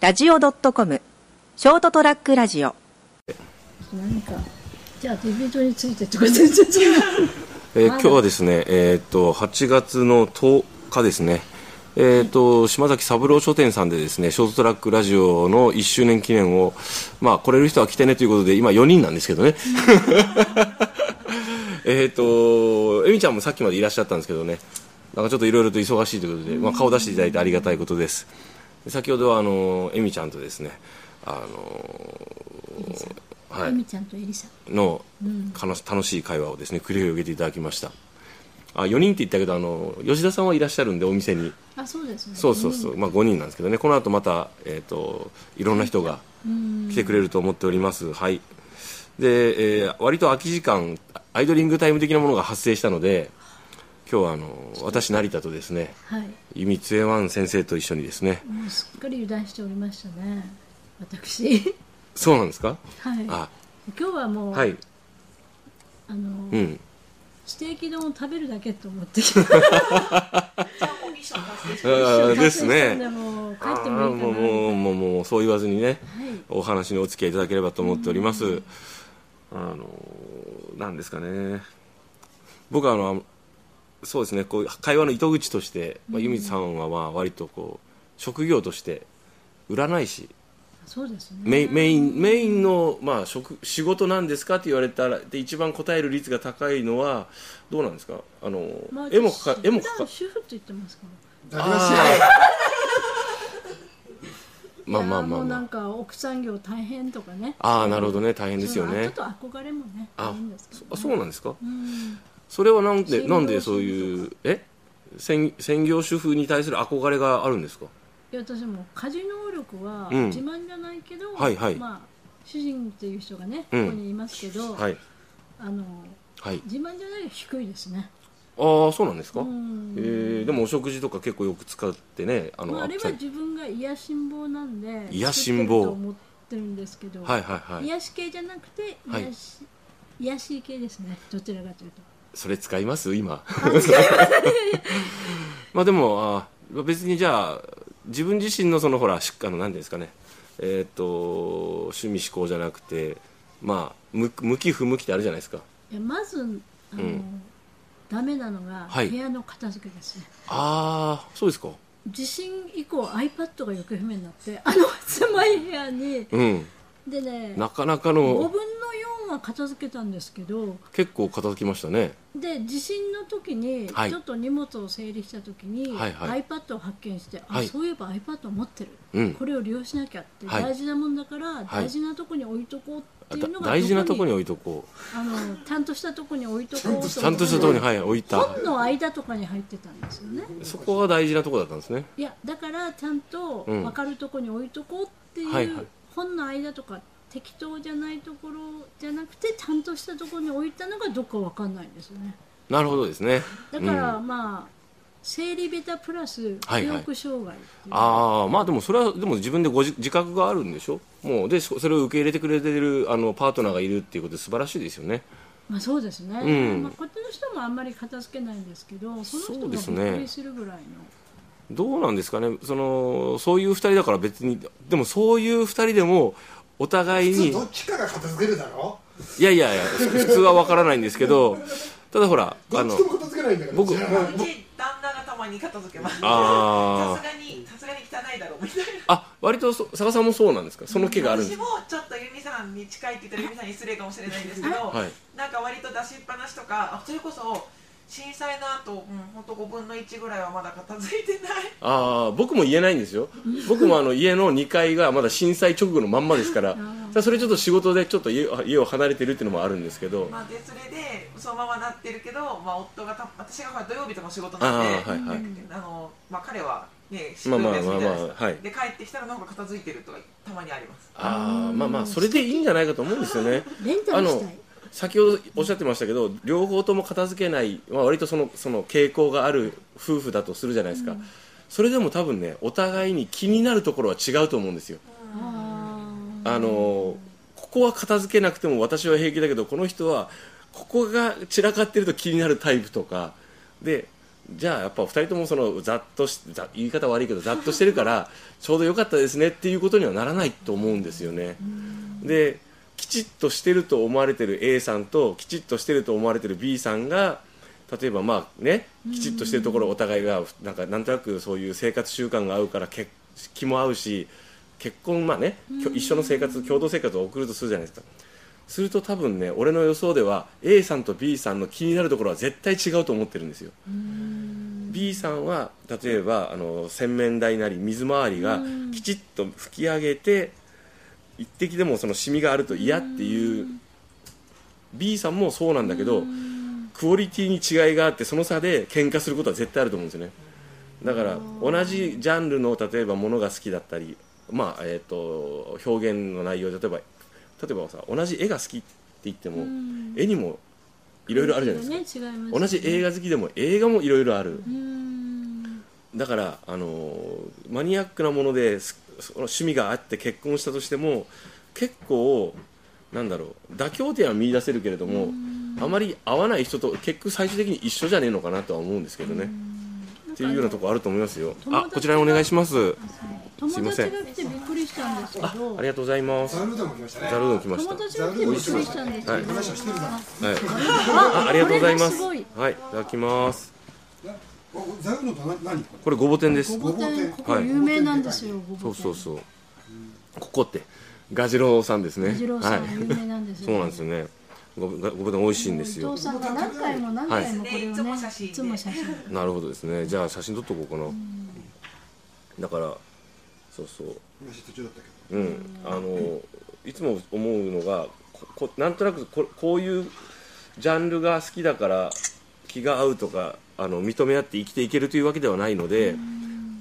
ST-radio.com ショートトラックラジオ何かじゃあデビュー帳についてとか全然違うえー今日はですね、えーっと8月の10日ですね、えーっと島崎三郎書店さんでですねショートトラックラジオの1周年記念を、まあ、来れる人は来てねということで今4人なんですけどね。 えーっとえみちゃんもさっきまでいらっしゃったんですけどねなんかちょっといろいろと忙しいということで、まあ、顔出していただいてありがたいことですで先ほどはあのえみちゃんとですねあのはエいミちゃんとエリサのかの楽しい会話をですね繰り広げていただきましたあ4人って言ったけどあの吉田さんはいらっしゃるんでお店にあそうですねそうそうそう、まあ、5人なんですけどねこの後また、えー、といろんな人が来てくれると思っておりますはいで、えー割と空き時間アイドリングタイム的なものが発生したので今日はあの私成田とですねはい由美つえワン先生と一緒にですねもうすっかり油断しておりましたね 私そうなんですかはい今あ日はもう、はいあの、うんステーキ丼を食べるだけと思ってき た一あ緒ーにで達成すしたんねでもう帰あってーもいいかもうなもうもうもうそう言わずにね、はいお話にお付き合いいただければと思っております、あのなんですかね僕はあのそうですねこう会話の糸口として、まあ、由美さんはまあ割とこう職業として占い師そうですねメインメインメインの、まあ、職仕事なんですかって言われたらで一番答える率が高いのはどうなんですかあの、まあ絵も描か絵も普描段か主婦と言ってますからまあまあまいやーもあうまなあんか奥さん業大変とかねああなるほどね大変ですよそういねうのはちょっと憧れもねあいいんですけどねあそうなんですかうんそれはなんで専業なんでそういうえ専専業主婦に対する憧れがあるんですかいや私も家事能力はうん自慢じゃないけど、はいはいまあ、主人という人がね、うんここにいますけど、はいあのはい自慢じゃないが低いですね、ああそうなんですか、うんえーでもお食事とか結構よく使ってねあの、まあ、あアッれプサはイ自分が癒しん坊なんで癒しん坊作ってると思ってるんですけど、はいはいはい癒し系じゃなくてはい癒し,、癒し系ですねどちらかというとそれ使います今 まあでもあー別にじゃあ自分自身のそのほらしあの何ですかねえーっ、と趣味嗜好じゃなくてまあ向向き不向きってあるじゃないですかいやまずあの、うんダメなのがはい部屋の片付けですね、ああそうですか地震以降 iPad が行方不明になってあの 狭い部屋にうんでねなかなか5分のの4は片付けたんですけど結構片付きましたねで地震の時にはいちょっと荷物を整理した時に、はいはい iPad を発見して、はいあそういえば iPad を持ってる、うんこれを利用しなきゃって、はい大事なもんだから、い大事なとこに置いとこうっていうのがだ大事なとこにど置いとこうあのちゃんとしたとこに置いとこうと思ってちゃんとしたとこにはい置いた本の間とかに入ってたんですよねそこが大事なとこだったんですねいやだからちゃんとうん分かるとこに置いとこうっていう、はいはい本の間とか適当じゃないところじゃなくてちゃんとしたところに置いたのがどっか分かんないんですよねなるほどですねだから、うんまあ生理ベタプラスはい記はい憶障害っていうああまあでもそれはでも自分でごじ自覚があるんでしょもうでそそれを受け入れてくれてるあのパートナーがいるっていうことで素晴らしいですよねまあ、そうですね、うんまあ、こっちの人もあんまり片付けないんですけどその人そうもびですねっくりするぐらいの、どうなんですかねそのそういう2人だから別にでもそういう2人でもお互い普に通どっちかが片付けるだろいやいやいやふ普通は分からないんですけどただほらどあっのちとも片付けないんだから僕じゃあうち旦那がたまに片付けますあーさすがにさすがに汚いだろうみたいなあ割とそ佐賀さんもそうなんですかその気があるんで私すもちょっとユミさんに近いって言ったらユミさんに失礼かもしれないんですけど、はいなんか割と出しっぱなしとかあそれこそ震災の後、うん、ほんと5分の1ぐらいはまだ片付いてないああ僕も言えないんですよ僕もあの家の2階がまだ震災直後のまんまです からさそれちょっと仕事でちょっと家を家を離れてるっていうのもあるんですけどまあ、でそれでそのままなってるけど、まあ、夫がた私がほら土曜日とか仕事あなあんはいであ、はいのまあ、彼は、ね、仕まあ事まあ休みじゃないでまあすまあかはいで帰ってきたらなんか片付いてるとかたまにありますああまあまあそれでいいんじゃないかと思うんですよねレンタあルしのたい先ほどおっしゃってましたけど両方とも片付けない、まあ、割とそのその傾向がある夫婦だとするじゃないですか、それでも多分ねお互いに気になるところは違うと思うんですよああのーここは片付けなくても私は平気だけどこの人はここが散らかってると気になるタイプとかでじゃあやっぱお二人ともそのざっとしざ言い方悪いけどざっとしてるから ちょうど良かったですねっていうことにはならないと思うんですよね。できちっとしてると思われてる A さんときちっとしてると思われてる B さんが例えばまあねきちっとしてるところお互いがなんかなんとなくそういう生活習慣が合うからけ気も合うし結婚まあねきょ一緒の生活共同生活を送るとするじゃないですか。すると多分ね俺の予想では A さんと B さんの気になるところは絶対違うと思ってるんですよ B さんは例えばあの洗面台なり水回りがきちっと拭き上げて一滴でもそのシミがあると嫌っていう B さんもそうなんだけどクオリティに違いがあってその差で喧嘩することは絶対あると思うんですよねだから同じジャンルの例えばものが好きだったりまあえっ、と表現の内容例えば例えばさ同じ絵が好きって言っても、ん絵にもいろいろあるじゃないですか、すか、ね、違いますね同じ映画好きでも映画もいろいろある、うーんだから、あのーマニアックなものですその趣味があって結婚したとしても結構なんだろう妥協点は見出せるけれども、あまり合わない人と結局最終的に一緒じゃねえのかなとは思うんですけどね、っていうようなところあると思いますよ友達あがこちらにお願いしますすい友ません達が来てびっくりしたんですけどありがとうございますザルでも来ましたねざるうどん来まし友た達が来てびっくりしたんですけど、はい話をしてるだろはい、あありがとうございますこれがすはいいただきますなおザルのと何何これこれごぼ天ですごぼ天ここはい有名なんですよ、ごぼそ天うそうそうここってガジロウさんですね二郎はさいん、有名なんですよそうなんですよねごぼごぼ天美味しいんです伊よ藤さんが何回も何回もこれをね、はいい、つも写真でなるほどですねじゃあ写真撮っとこうかなだからそうそう話途中だったけうん、あのいつも思うのがここなんとなくここういうジャンルが好きだから気が合うとかあの認め合って生きていけるというわけではないので不思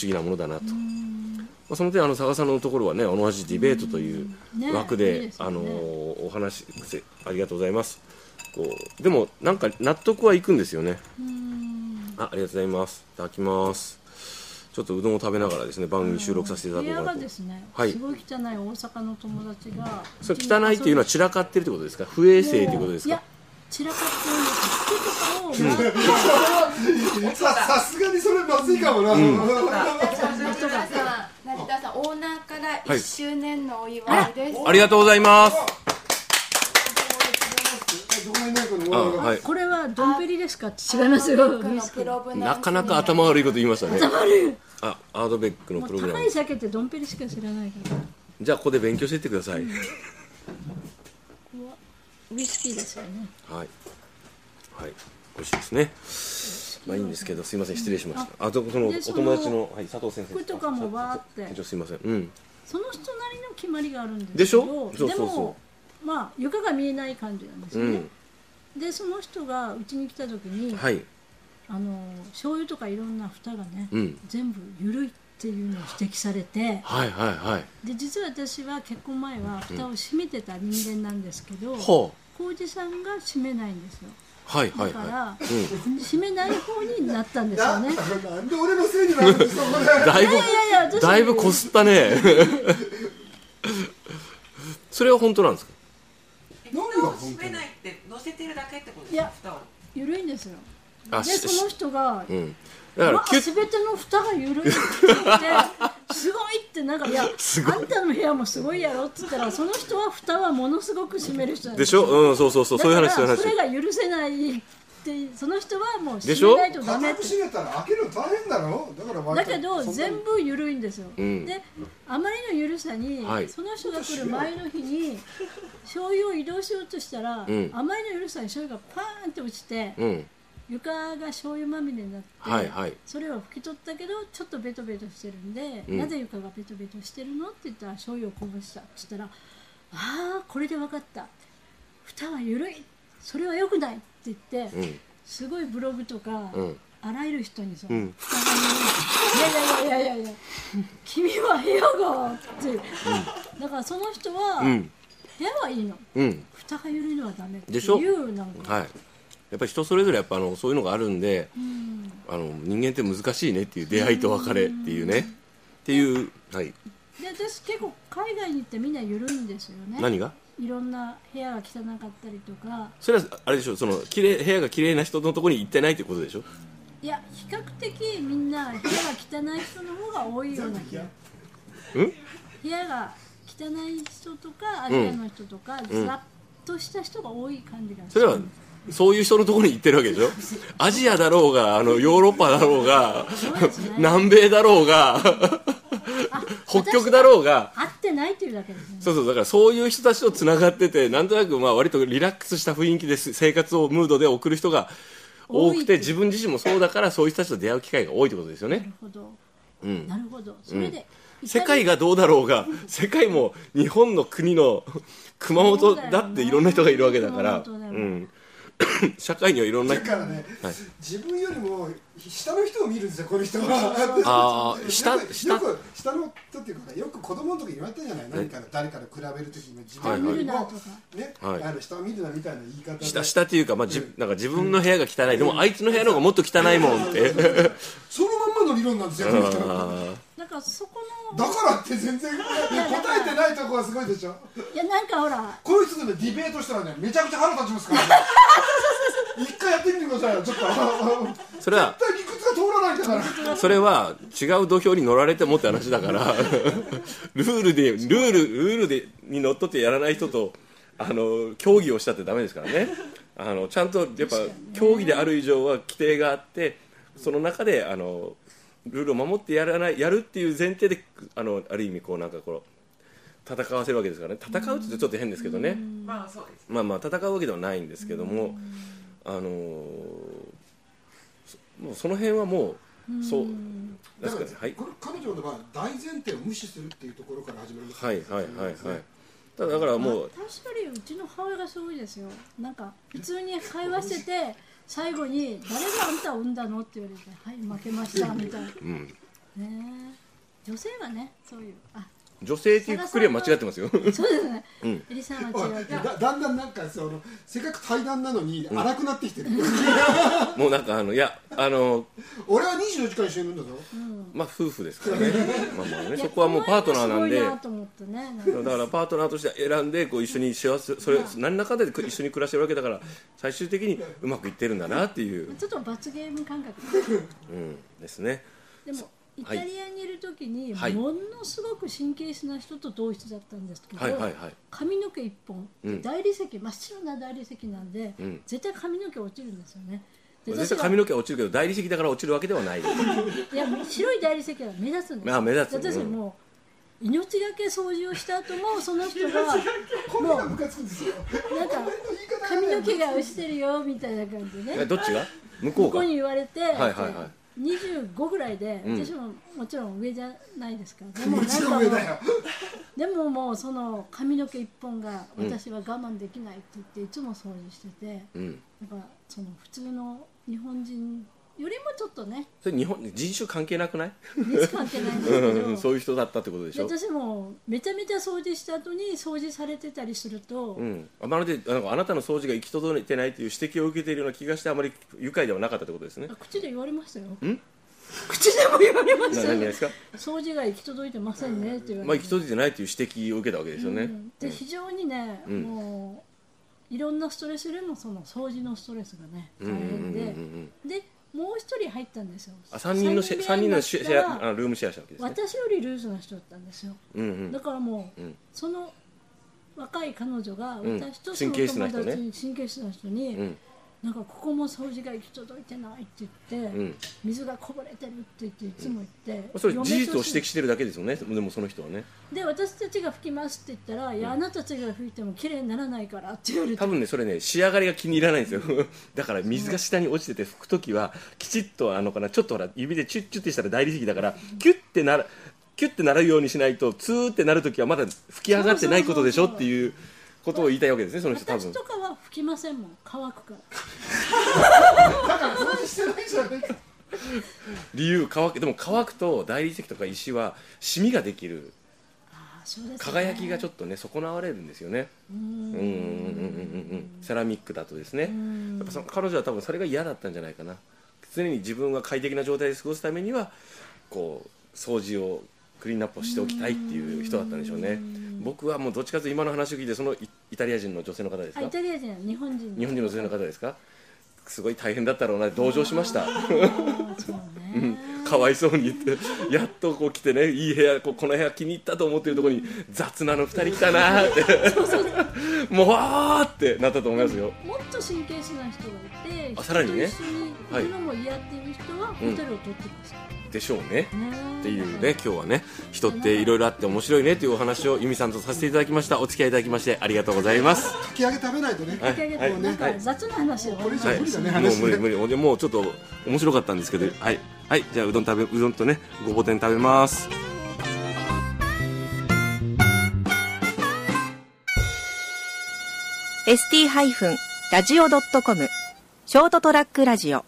議なものだなと、まあ、その点あの佐賀さんのところはね同じディベートというねい枠いで,、ですねあのお話せありがとうございますこうでもなんか納得はいくんですよねあありがとうございますいただきますちょっとうどんを食べながらですね番組収録させていただこう部か屋ながとですね、はいすごい汚い大阪の友達がそれ汚いっていうのは散らかってるってことですか不衛生っていうことですいかや散らかってるんですよ服とかを回ってどささすがにそれまずいかもな、成田さん、成田さん、オーナーからはい1周年のお祝いです。ありがとうございますどこにないこのあものがはいこれはドンペリですかって違いますよ僕のプロブなのかなか頭悪いこと言いましたねあアードベックのもプロうグラ高ムい酒ってドンペリしか知らないからじゃあここで勉強していってくださいウイスキーですよねはいはい美味しいですねまあいいんですけどすいません失礼しましたあとそのおでその友達の、はい、佐藤先生服とかもわーってあ佐藤先生すいませんうんその人なりの決まりがあるんですけどでしょそうでそうもそまあ床が見えない感じなんですううよね、んでその人がうちに来た時に、はいあの醤油とかいろんな蓋がね、うん全部緩いっていうのを指摘されてはいはいはいで実は私は結婚前は蓋を閉めてた人間なんですけど、ほう浩二さんが閉めないんですよはいはだいかはら、閉めない方になったんですよねなんで俺のせいになるんですかこいれ だいぶいやいや私 だいぶこすったねそれは本当なんですか蓋を閉めないって乗せてるだけってことですいやか蓋を緩いんですよあでしその人が、うんだからまキュあ、ッ全ての蓋が緩いって言ってすごいってなんかい やあんたの部屋もすごいやろって言ったらその人は蓋はものすごく閉める人なんでですしょうんそうそうそうそういだう話かそういうら話それが許せないってその人はもうでし閉ょめないとダメっ固てく閉めたら開けるの大変だろだかだら割とけどそんな全部緩いんですよ、んであまりの緩さに、はいその人が来る前の日に醤油を移動しようとしたら、んあまりの緩さに醤油がパーンって落ちて、うん床が醤油まみれになって、はいはいそれを拭き取ったけどちょっとベトベトしてるんで、なぜ床がベトベトしてるのって言ったら醤油をこぼしたそしたらああこれで分かった蓋は緩いそれは良くないって言って、うんすごいブログとか、うんあらゆる人にさ、ん蓋が緩いいやいやいやいやいや君は部屋がって、だからその人は、うん部屋はいいのうん蓋が緩いのはダメってでしょいうなんかはいやっぱり人それぞれやっぱあのそういうのがあるんであの人間って難しいねっていう出会いと別れっていうねっていうはいで私結構海外に行ってみんな緩いんですよね何がいろんな部屋が汚かったりとかそれはあれでしょその綺麗部屋が綺麗な人のところに行ってないってことでしょいや比較的みんな部屋が汚い人の方が多いような気がうん部屋が汚い人とかアジアの人とか、ずらっとした人が多い感じがそれはそういう人のところに行ってるわけでしょアジアだろうがあのヨーロッパだろうがそうですね 南米だろうが北極だろうが合ってないというだけですねそうそうだからそういう人たちとつながっててなんとなくまあ割とリラックスした雰囲気です生活をムードで送る人が多多いくってて自分自身もそうだからそういう人たちと出会う機会が多いってことですよなねる、ほどうん、なるほどそれで、世界がどうだろうが世界も日本の国の熊本だっていろんな人がいるわけだからそうだようねん、 社会にはいろんなだからね、はい自分よりも下の人を見るんですよこの人はあ ー下よく下よく下の人っていうかねよく子供の時言われたじゃない何かの誰かと比べる時に自分よりも、はいはいね、はいあの下を見るなみたいな言い方で下下っていうか,、まあ、じなんか自分の部屋が汚いでもあいつの部屋の方がもっと汚いもんって そのまんまの理論なんですよこの人だあなんかそこのからって全然答えてないとこはすごいでしょいやなんかほらこの人とねディベートしたらねめちゃくちゃ腹立ちま すから、ね、一回やってみてくださいよちょっとーそれは絶対理屈が通らないんだからそれは違う土俵に乗られてもって話だからルールでルールルールでにのっとってやらない人とあの競技をしたってダメですからねあのちゃんとやっぱ競技である以上は規定があってその中であのルールを守ってやらないやるっていう前提であのある意味こうなんかこう戦わせるわけですからね戦うって言うとちょっと変ですけどねまあそうですまあまあ戦うわけではないんですけども、あのーそもうその辺はもうそうだ確かからにはいこの彼女の場合は大前提を無視するっていうところから始まりますはいはいはいはいただだからもう確かにうちの母親がすごいですよなんか普通に会話してて最後に「誰があんたを産んだの?」って言われて「はい負けました」みたいな、んねえ女性はねそういうあ女性っていうくくりは間違ってますよそうですね、うんエリさんおはい違うだだんだんなんかそのせっかく対談なのに荒くなってきてる、もうなんかあのいやあの 俺は24時間一緒にいるんだぞまあ夫婦ですからねまあまあねそこはもうパートナーなんいでやこの間すごいなと思ってねなんかだからパートナーとして選んでこう一緒に幸せそれ何らかで一緒に暮らしてるわけだから最終的にうまくいってるんだなっていう、ちょっと罰ゲーム感覚うん、ですねでもイタはいリアにいる時に、はいものすごく神経質な人と同室だったんですけど、はいはいはい髪の毛一本、うん大理石真っ白な大理石なんで、うん絶対髪の毛落ちるんですよねで絶私が対髪の毛は落ちるけど大理石だから落ちるわけではないですいや白い大理石が目立つんですまあ目立つで私うんもう命がけ掃除をした後もその 人がこれがムカつくんですよなんか髪の毛が落ちてるよみたいな感じでえねどっちが向こ向うこがうに言われて、いはいは25ぐらいで、うん私ももちろん上じゃないですからでももなんちかもろんう上だよでももうその髪の毛一本が私は我慢できないって言っていつも掃除してて、うんだからその普通の日本人よりもちょっと ねそれ日本人種関係なくない熱関係ないんですけど、うんそういう人だったってことでしでょ私もめちゃめちゃ掃除した後に掃除されてたりすると、うん、まるでなんかあなたの掃除が行き届いてないという指摘を受けているような気がしてあまり愉快ではなかったということですねあ。口で言われましたよん口でも言われまなした何よがですか、掃除が行き届いてませんねって言わまあ、れ行てき、届いてないという指摘を受けたわけですよね。うんで非常にね、うんもういろんなストレスよりもその掃除のストレスがね大うんうんうん変で、うんうんでもう一人入ったんですよあ三人のシェ三三人部の屋シェシになったらェアあルームシェアしたわけですね。私よりルーズな人だったんですよ、うんうんだからもう、うんその若い彼女がん私とその神経質な友人ね達に神経質な人に、うんなんかここも掃除が行き届いてないって言って、うん水がこぼれてるって言っていつも言って、それ事実を嫁と指摘してるだけですよね、でもその人はね。で私たちが拭きますって言ったら、いやあなたたちが拭いても綺麗にならないからって言われて多分ね、それね、仕上がりが気に入らないんですよ。 だから水が下に落ちてて拭くときは、きちっとあのかな、ちょっとほら、指でチュッチュッってしたら大理石だから、キュッてなら、キュッてなるようにしないと、ツーってなるときはまだ吹き上がってないことでしょっていうことを言いたいわけですね、その人多私分と。かは拭きませんもん乾くからだから掃除してないじゃないか理由、乾く。でも乾くと大理石とか石は、シミができる。あそうですね輝きがちょっとね、損なわれるんですよね。うんうんうんうんうんうん。セラミックだとですね。やっぱその彼女は多分それが嫌だったんじゃないかな常に自分が快適な状態で過ごすためにはこう掃除をクリーンアップをしておきたいっていう人だったんでしょうね僕はもうどっちかというと今の話を聞いてそのイイタリア人の女性の方ですあイかタリア人日本人日本人の女性の方ですかすごい大変だったろうな同情しましたああそうね、かわいそうに言ってやっとこう来てねいい部屋ここの部屋気に入ったと思ってるところに雑なの2人来たなーってもうあーってなったと思いますよもっと神経質な人がいてあさらにね人と一緒に行くのも嫌っていう人はホテルを取ってますからでしょうねね、っていうね今日はね人っていろいろあって面白いねというお話を由美さんとさせていただきましたお付き合いいただきましてありがとうございますかき揚げ食べないとねかき上げてはいなんか雑な話をこれ以上はい、無理だねもう話無ね理無理ほんでもうちょっと面白かったんですけどはい、はい、じゃあうどん食べうどんとねごぼ天食べますー ST-radio.com ショートトラックラジオ